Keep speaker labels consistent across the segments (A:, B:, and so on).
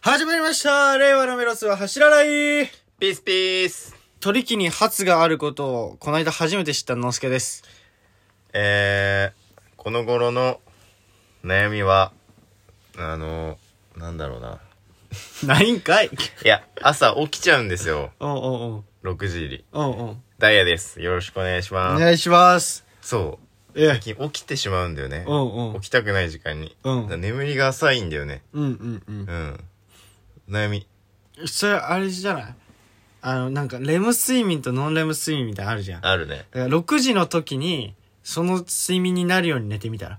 A: 始まりました令和のメロスは走らない
B: ピースピース。
A: 取り木に発があることを、この間初めて知ったのすけです。
B: えー、この頃の悩みは、あの、なんだろうな。
A: ないんかい
B: いや、朝起きちゃうんですよ。
A: おうおう
B: 6時入り。
A: おう。おうおう。
B: ダイヤです。よろしくお願いし
A: お
B: ます。
A: 願いします。
B: そう。
A: ええ。
B: 最近起きてしまうんだよね。
A: うんうん
B: 起きたくない時間に。
A: うん
B: だから眠りが浅いんだよね。
A: うんうんうん
B: う。ん。悩み。
A: それ、あれじゃないあの、なんか、レム睡眠とノンレム睡眠みたいなのあるじゃん。だか
B: あるね。
A: ら6時の時に、その睡眠になるように寝てみたら。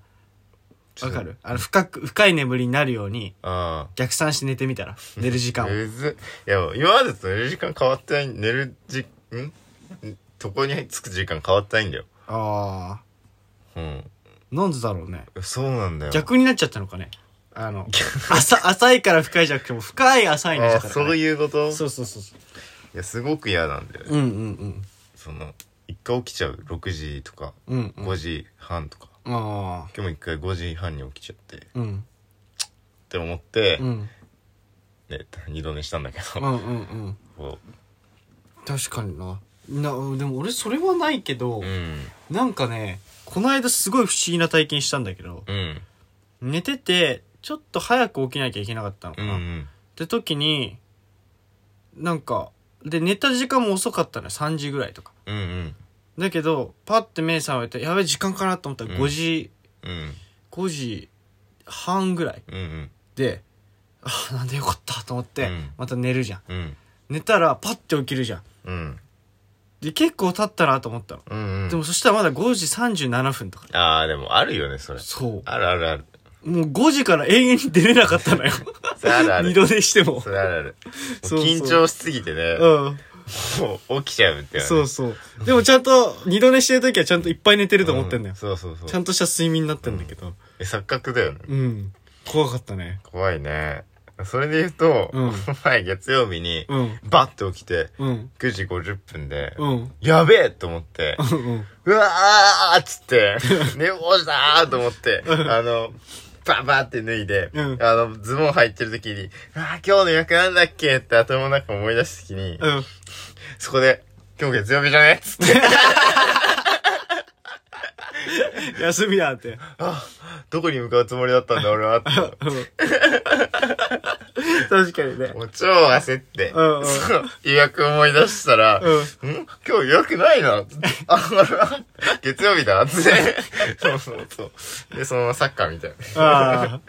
A: わかるあの、深く、深い眠りになるように、
B: ああ。
A: 逆算して寝てみたら。寝る時間を。
B: うず。いや、今までと寝る時間変わってない、寝るじ、んとこに着く時間変わってないんだよ。
A: あ
B: うん。
A: あ。なんでだろうね。
B: そうなんだよ。
A: 逆になっちゃったのかね。あの、浅、浅いから深いじゃなくても、深い浅いにし
B: あ
A: た
B: あ
A: から、ね。
B: そういうこと
A: そうそうそうそ
B: いやすごく嫌なんだよね
A: う。うんうん
B: その一回起きちゃう6時とか
A: うん。うん、うん。
B: 5時半とか、
A: ああ。
B: 今日も一回5時半に起きちゃってっ
A: うん。
B: て思って、
A: うん。
B: ね、二度寝したんだけ
A: う
B: ど、
A: んうんうん。
B: こ
A: 確かにな。な、でも俺それはないけど、
B: ううん
A: なんかね、この間すごい不思議な体験したんだけど、
B: うん
A: 寝てて、ちょっと早く起きなきゃいけなかったの
B: う
A: か
B: ん
A: な。
B: う
A: っ
B: ん
A: て時に、なんか、で、寝た時間も遅かったのよ。3時ぐらいとか。
B: うんうん
A: だけど、パッて目覚めて、やべえ時間かなと思ったら
B: うん
A: 5時、
B: うん
A: 5時半ぐらい
B: うん
A: で、あーなんでよかったと思って
B: うん、
A: また寝るじゃん。
B: うん
A: 寝たらパッて起きるじゃん。
B: うん
A: で、結構経ったなと思ったの。
B: うん
A: でもそしたらまだ5時37分とか。
B: ああでもあるよねそれ
A: そ
B: あるあるある
A: う。もう5時から永遠に出れなかったのよ。
B: それあるある
A: 二度寝しても
B: そ。れあるあるもう
A: そうそう
B: 緊張しすぎてね
A: うん。
B: もう起きちゃうってね
A: そうそう。でもちゃんと、二度寝してる時はちゃんといっぱい寝てると思ってんだよ
B: う。そうそうそう
A: ちゃんとした睡眠になってんだけど。
B: え錯覚だよね
A: うん。怖かったね。
B: 怖いねそれで言うと、
A: うん
B: この前月曜日に、
A: うん。
B: バッと起きて、
A: うん。
B: 9時50分で、
A: うん。
B: やべえと思って、
A: うん。
B: うわーっ つって、寝坊したーと思って、あの、ババって脱いで、
A: うん
B: あの、ズボン入ってる時に、あー今日の予約なんだっけって頭の中思い出した時に、
A: うん。
B: そこで、今日月曜日じゃねっつ って、
A: 休みだって。
B: あどこに向かうつもりだったんだ俺はって。
A: 確かにね。
B: もう超焦って、
A: うんうん
B: その予約思い出したら、
A: うん
B: ん今日予約ないな。あ、月曜 日だ。って。そうそうそう。で、そのままサッカーみたいな。
A: あ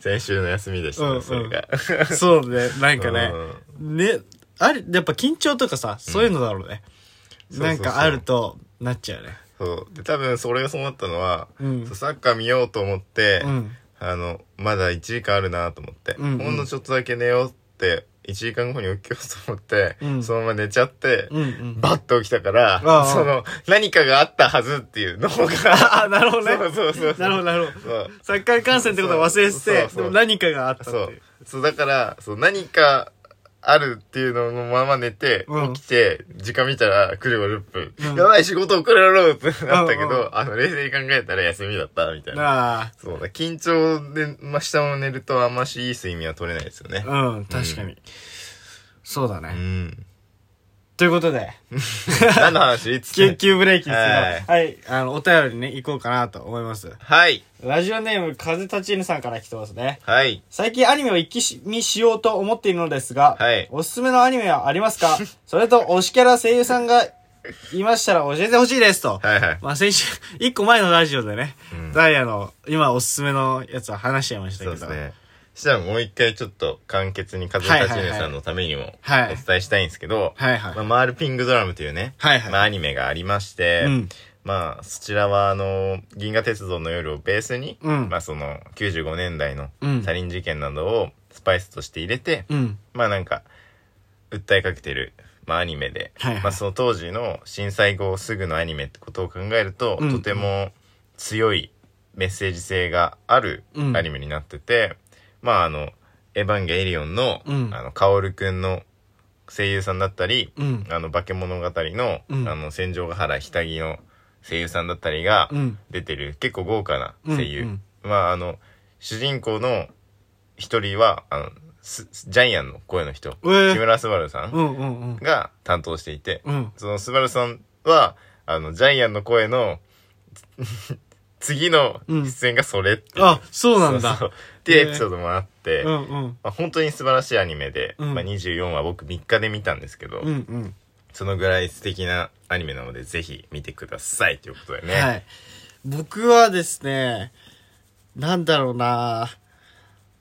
B: 先週の休みでした、
A: うんうん
B: それが。
A: あ、そうね。なんかね。ね、あれ、やっぱ緊張とかさ、そういうのだろうね。
B: うん
A: なんかあると、なっちゃうね。
B: そう。で、多分それがそうなったのは、
A: うん
B: そうサッカー見ようと思って、
A: うん。
B: あの、まだ1時間あるなと思って、
A: うんうん
B: ほんのちょっとだけ寝ようって、1時間後に起きようと思って、
A: うん
B: そのまま寝ちゃって、
A: うんうん。
B: バッと起きたから
A: ああ、
B: その、何かがあったはずっていうのが、
A: あ、なるほどね。
B: そうそうそうそう
A: なるほど、なるほど。
B: そう
A: サッカー観戦ってことは忘れて
B: そうそう
A: て、
B: そ
A: で
B: う
A: も何かがあったって
B: そ
A: いうう。。
B: そう、だから、そう、何かあるっていうののまま寝て、
A: うん
B: 起きて、時間見たら9時50分。
A: うん
B: やばい、仕事遅れろってなったけ
A: うんうん
B: ど、あの、冷静に考えたら休みだった、みたいな。
A: あ
B: そうだ、緊張で、まあ、下を寝るとあんましいい睡眠は取れないですよね。
A: あ、うん、確かに。そうだ
B: う
A: ね。
B: ん。
A: ということで、
B: 何の話つ
A: 緊急ブ レーキですけど、
B: はい
A: はい、あの、お便りね、行こうかなと思います。
B: はい。
A: ラジオネーム、風立ちぬさんから来てますね。
B: はい。
A: 最近アニメを一気見しようと思っているのですが、
B: はい
A: おすすめのアニメはあります かそれと、推しキャラ声優さんがいましたら教えてほしいですと。
B: はいはい。
A: まあ先週、一個前のラジオでね、
B: うん
A: ダイヤの今おすすめのやつは話しちゃいましたけ
B: そう
A: ど。
B: ですね。そしたらもう一回ちょっと簡潔に風立ちぬさんのためにもお
A: はいはいはい
B: 伝えしたいんですけど、
A: はいはい。
B: まあ、マールピングドラムというね、
A: はいはい
B: まあ、アニメがありまして、
A: うん
B: まあ、そちらは、あの、銀河鉄道の夜をベースに、
A: うん
B: まあ、その、95年代の
A: うん
B: サリン事件などをスパイスとして入れて、
A: うん。
B: まあ、なんか、訴えかけてる、まあ、アニメで、
A: はいはい
B: まあ、その当時の震災後すぐのアニメってことを考えると、
A: うん
B: とても強いメッセージ性がある
A: うん
B: アニメになってて、まあ、あの、エヴァンゲリオンの、
A: うん
B: あの、カオルくんの声優さんだったり、
A: うん。
B: あの、化け物語の、
A: うん
B: あの、戦場ヶ原ひたぎの声優さんだったりが
A: うん。
B: 出てる、結構豪華な声優。
A: うん
B: まあ、あの、主人公の一人は、あの、すジャイアンの声の人、
A: えー
B: 木村昴さん
A: うんうんうん。
B: が担当していて、
A: うん。
B: その昴さんは、あの、ジャイアンの声の、 次の出演がそれっていう、
A: あ、そうなんだ。
B: そうそうって
A: へ
B: エ
A: ー
B: ピソードもあって、
A: うんうん。
B: まあ、本当に素晴らしいアニメで、
A: うん
B: まあ、24話僕3日で見たんですけど、
A: うんうん。
B: そのぐらい素敵なアニメなのでぜひ見てくださいということでね、
A: はい。僕はですね、なんだろうな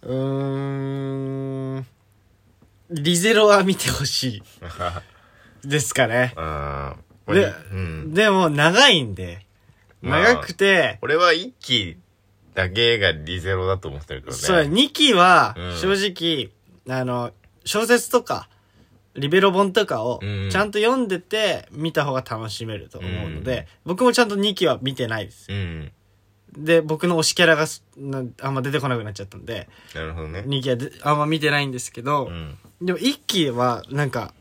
A: うーん。リゼロは見てほしい。ですかね。
B: あーこれ
A: で、
B: うん、
A: でも長いんで。
B: まあ
A: 長くて、
B: 俺は1期だけがリゼロだと思ってるけどね
A: そう、2期は
B: うん、
A: 正直、あの、小説とか、リベロ本とかを
B: うん、
A: ちゃんと読んでて、見た方が楽しめると思うので、僕もちゃんと2期は見てないです。
B: うん
A: で、僕の推しキャラがすなあんま出てこなくなっちゃったんで、
B: なるほどね
A: 2期はであんま見てないんですけど
B: う、ん
A: でも1期は、なんか、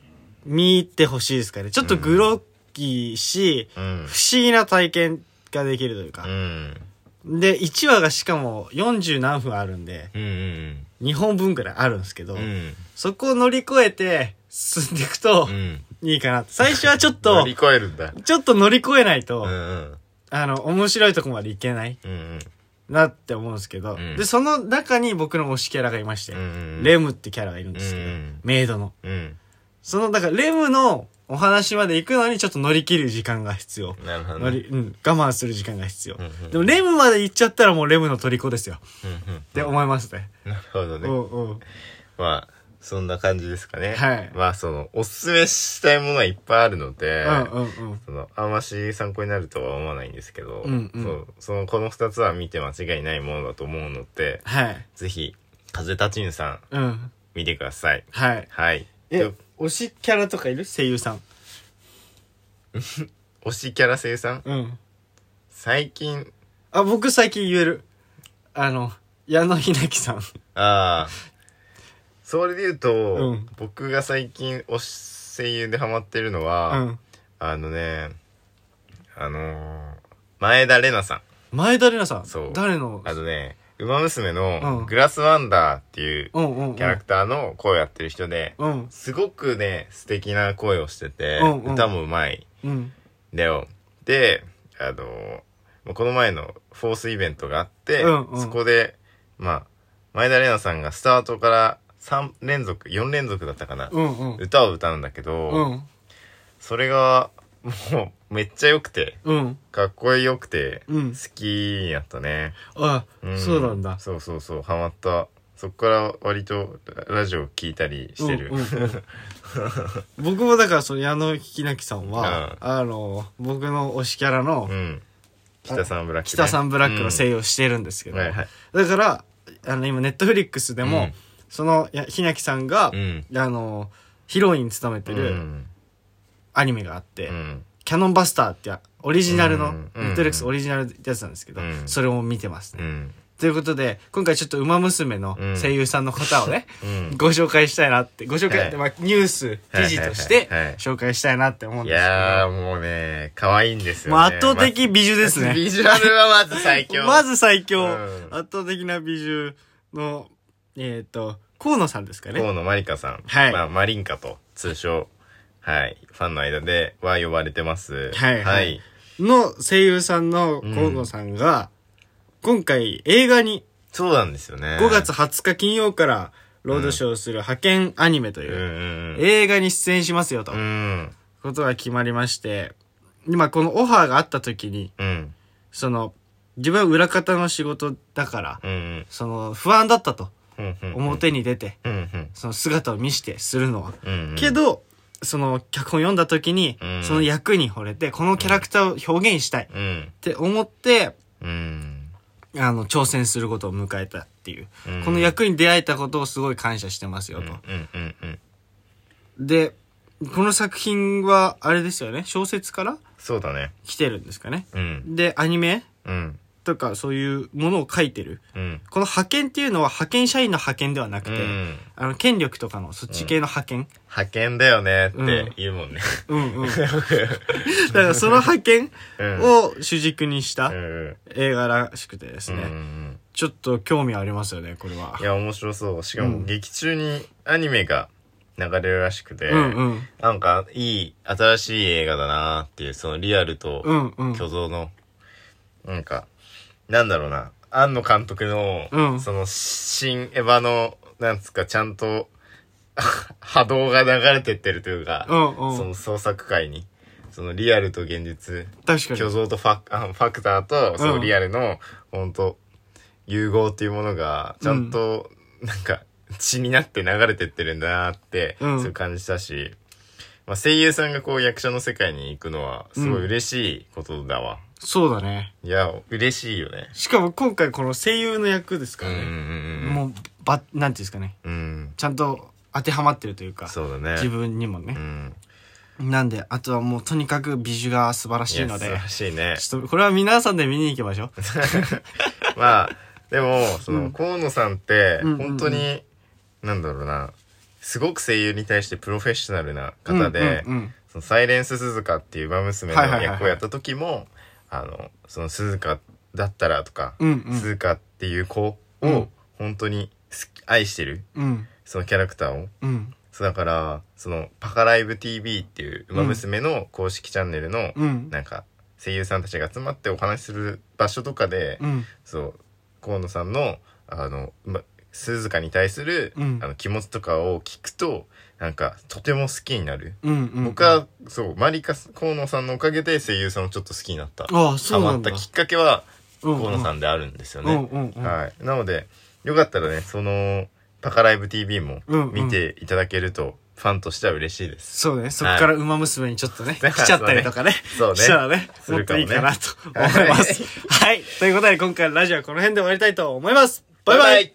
A: 見てほしいですかね。ちょっとグロッキーし、
B: うん
A: 不思議な体験ができるという
B: う
A: か。
B: ん
A: で、1話がしかも40何分あるんで、
B: うんうん
A: 2本分くらいあるんですけど、
B: うん
A: そこを乗り越えて進んでいくと
B: うん
A: いいかな。最初はちょっ
B: 乗
A: と
B: り、越えるんだ
A: ちょっと乗り越えないと、
B: うんうん
A: あの、面白いとこまでいけない
B: うんうん
A: なって思うんですけど、
B: うん
A: で、その中に僕の推しキャラがいまして、
B: うんうん
A: レムってキャラがいるんですけど、
B: うん
A: メイドの。
B: うん
A: その、だからレムのお話まで行くのにちょっと乗り切る時間が必要。
B: なるほどね
A: 乗り、うん、我慢する時間が必要。
B: うんうん
A: でも、レムまで行っちゃったらもうレムの虜ですよ。
B: うんうん
A: って思いますね。
B: なるほど
A: う
B: ね
A: んうん。
B: まあ、そんな感じですかね。
A: はい
B: まあ、その、おすすめしたいものはいっぱいあるので、
A: うんうんうん。
B: その、あんまし参考になるとは思わないんですけど、
A: うんうん
B: そうその、この二つは見て間違いないものだと思うので、
A: はい。
B: ぜひ、風立ちぬさん、
A: うん。
B: 見てください。
A: はい。
B: はい。
A: え
B: と、
A: 推しキャラとかいる声優さん。
B: 推しキャラ生さん、
A: うん。
B: 最近、
A: あ、僕最近言える。あの、矢野ひなきさん。
B: ああ、それで言うと、
A: うん
B: 僕が最近推し声優でハマってるの
A: う
B: は、
A: ん。
B: あのね、あのー前田玲奈さん。
A: 前田玲奈さん。
B: そう
A: 誰の
B: あのね、ウマ娘
A: う
B: の
A: ん
B: グラスワンダーっていう
A: うんうんうん。
B: キャラクターの声をやってる人で、
A: うん。
B: すごくね、素敵な声をしてて、
A: うんうん
B: 歌もうまい
A: うん。
B: んだよ。で、あの、まあこの前のフォースイベントがあって、
A: うんうん
B: そこで、まあ、前田玲奈さんがスタートから3連続、4連続だったかな、
A: うんうん。
B: 歌を歌うんだけど、
A: うん。
B: それが、もう、めっちゃ良くて、
A: うん。
B: かっこよくて、
A: うん
B: 好きになったね。
A: あ
B: う、ん
A: そうなんだ。
B: そうそうそうハマったそっから割とララジオ聞いたりして
A: う
B: る、
A: んうんうん僕もだからその矢野ひなきさん
B: う
A: は
B: ん、
A: あの、僕の推しキャラの
B: う、ん北さんブラック、ね、
A: 北さんブラックの声
B: 優、
A: 優をしてるんですけど、
B: はいはい
A: だからあの今ネットフリックスでも、
B: うん
A: そのやひなきさんが、
B: うん
A: あのヒロイン務めて
B: う
A: る
B: ん
A: アニメがあって「
B: うん
A: キャノンバスター」ってやオリジナルの、
B: うん
A: ネットフリックスオリジナルってやつなんですけど、
B: うん
A: それを見てますね、
B: うん
A: ということで今回ちょっと「ウマ娘」の
B: うん
A: 声優さんの方をね、
B: うん
A: ご紹介したいなってご紹介、
B: はい
A: まあ、ニュース記事として
B: はいはいはい
A: 紹介したいなって思うん
B: い
A: ですけど、
B: やーもうね可愛いんですよ、ね、
A: もう圧倒的美女ですね
B: まずビジュアルはまず最強
A: まず最強、
B: うん
A: 圧倒的な美女の、えっ、と、河野さんですかね。
B: 河野まりかさん、
A: はい
B: まあ、マリンカと通称はいファンの間では呼ばれてます
A: はい
B: は
A: はいい、の声優さんの河野さんが、今回映画に
B: そうなんですよね
A: 5月20日金曜からロードショーする派遣アニメとい
B: うん
A: う
B: うん
A: 映画に出演しますよと
B: うんうん
A: ことが決まりまして、今このオファーがあった時に、
B: うん
A: その、自分は裏方の仕事だから、
B: うん
A: その不安だったと
B: うんうん
A: 表に出て、
B: うんうん
A: その姿を見してするのは、
B: うんうん
A: けど、その脚本読んだ時に、
B: うん
A: その役に惚れて、このキャラクターを表現したいっ
B: うん
A: て思って、
B: うん
A: あの、挑戦することを迎えたっていう。
B: うん
A: この役に出会えたことをすごい感謝してますよと。
B: うんうんうん
A: で、この作品は、あれですよね、小説から
B: そうだね
A: 来てるんですかね。
B: うん
A: で、アニメ
B: うん
A: とかそういうものを書いてる。
B: うん
A: この派遣っていうのは派遣社員の派遣ではなく
B: う
A: て、
B: ん
A: あの、権力とかのそっち系の派遣。
B: 派遣だよねって言うもんね
A: うん、う ん、だからその派遣
B: うん
A: を主軸にした
B: うん
A: 映画らしくてです
B: う
A: ね、
B: ん
A: ちょっと興味ありますよね、これは。
B: いや、面白そう。しか
A: う
B: も
A: ん
B: 劇中にアニメが流れるらしくて、
A: うんうん。
B: なんかいい、新しい映画だなーっていう、そのリアルと
A: うんうん。
B: 虚像の、なんか、なんだろうな、庵野監督の、
A: うん
B: その、新エヴァの、なんつうか、ちゃんと、 波動が流れてってるというか、
A: うんうん
B: その創作界に、そのリアルと現実、
A: 確かに。
B: 虚像とファクあファクターと、そのリアルの、本当融合っていうものが、ちゃんと、なんか、血になって流れてってるんだなって、
A: うん
B: そういう感じたし、まあ、声優さんがこう役者の世界に行くのは、すごい嬉しいことだわ。
A: そうだね。
B: いや、嬉しいよね。
A: しかも今回この声優の役ですか
B: うん
A: ら
B: うん
A: ね。
B: うん
A: もう、ば、なんていうんですかね。
B: うん。うん。
A: ちゃんと当てはまってるというか、
B: そうだね。
A: 自分にも
B: う
A: ね。
B: ん。
A: なんで、あとはもうとにかく美女が素晴らしいの
B: い
A: で
B: や、素晴らしいね。
A: ちょっとこれは皆さんで見に行きましょう。
B: まあ、でも、その、
A: うん
B: 河野さんって、
A: うんうんうん
B: 本当に、なんだろうな、すごく声優に対してプロフェッショナルな方で、
A: うんうんうん
B: そのサイレンス鈴鹿っていう馬娘
A: はいはいは
B: の
A: いはい
B: 役をやった時も、あの、その鈴鹿だったらとか、
A: うんうん
B: 鈴鹿っていう子
A: う
B: を
A: ん、
B: 本当に好き愛してる、
A: うん。
B: そのキャラクターを。
A: うん。
B: そうだから、その、パカライブ TV っていう馬娘の公式チャンネルの、
A: うん。
B: なんか、声優さんたちが集まってお話しする場所とかで、
A: うん。
B: そう河野さんのあの、ま、鈴鹿に対する、
A: うん
B: あの気持ちとかを聞くとなんかとても好きになる、
A: うん。うん
B: 僕、はそうマリカ河野さんのおかげで声優さんをちょっと好きになった
A: ああ、そう
B: ハ
A: な
B: マ
A: ん
B: っ
A: だ。
B: たきっかけは河
A: 河
B: 野さ
A: ん
B: んであるんですよ
A: う
B: ね、
A: んうんうん。
B: はいなのでよかったらねその「パカライブ TV」も
A: うんうん
B: 見ていただけると、ファンとしては嬉しいです
A: そうね。そっから馬娘にちょっとね、
B: はい
A: 来ちゃったりとかね。
B: そうね
A: したらね、
B: す
A: もっ
B: るか
A: と
B: も
A: い
B: ね
A: いかなと思います。はい。ということで今回のラジオはこの辺で終わりたいと思います。バイバイ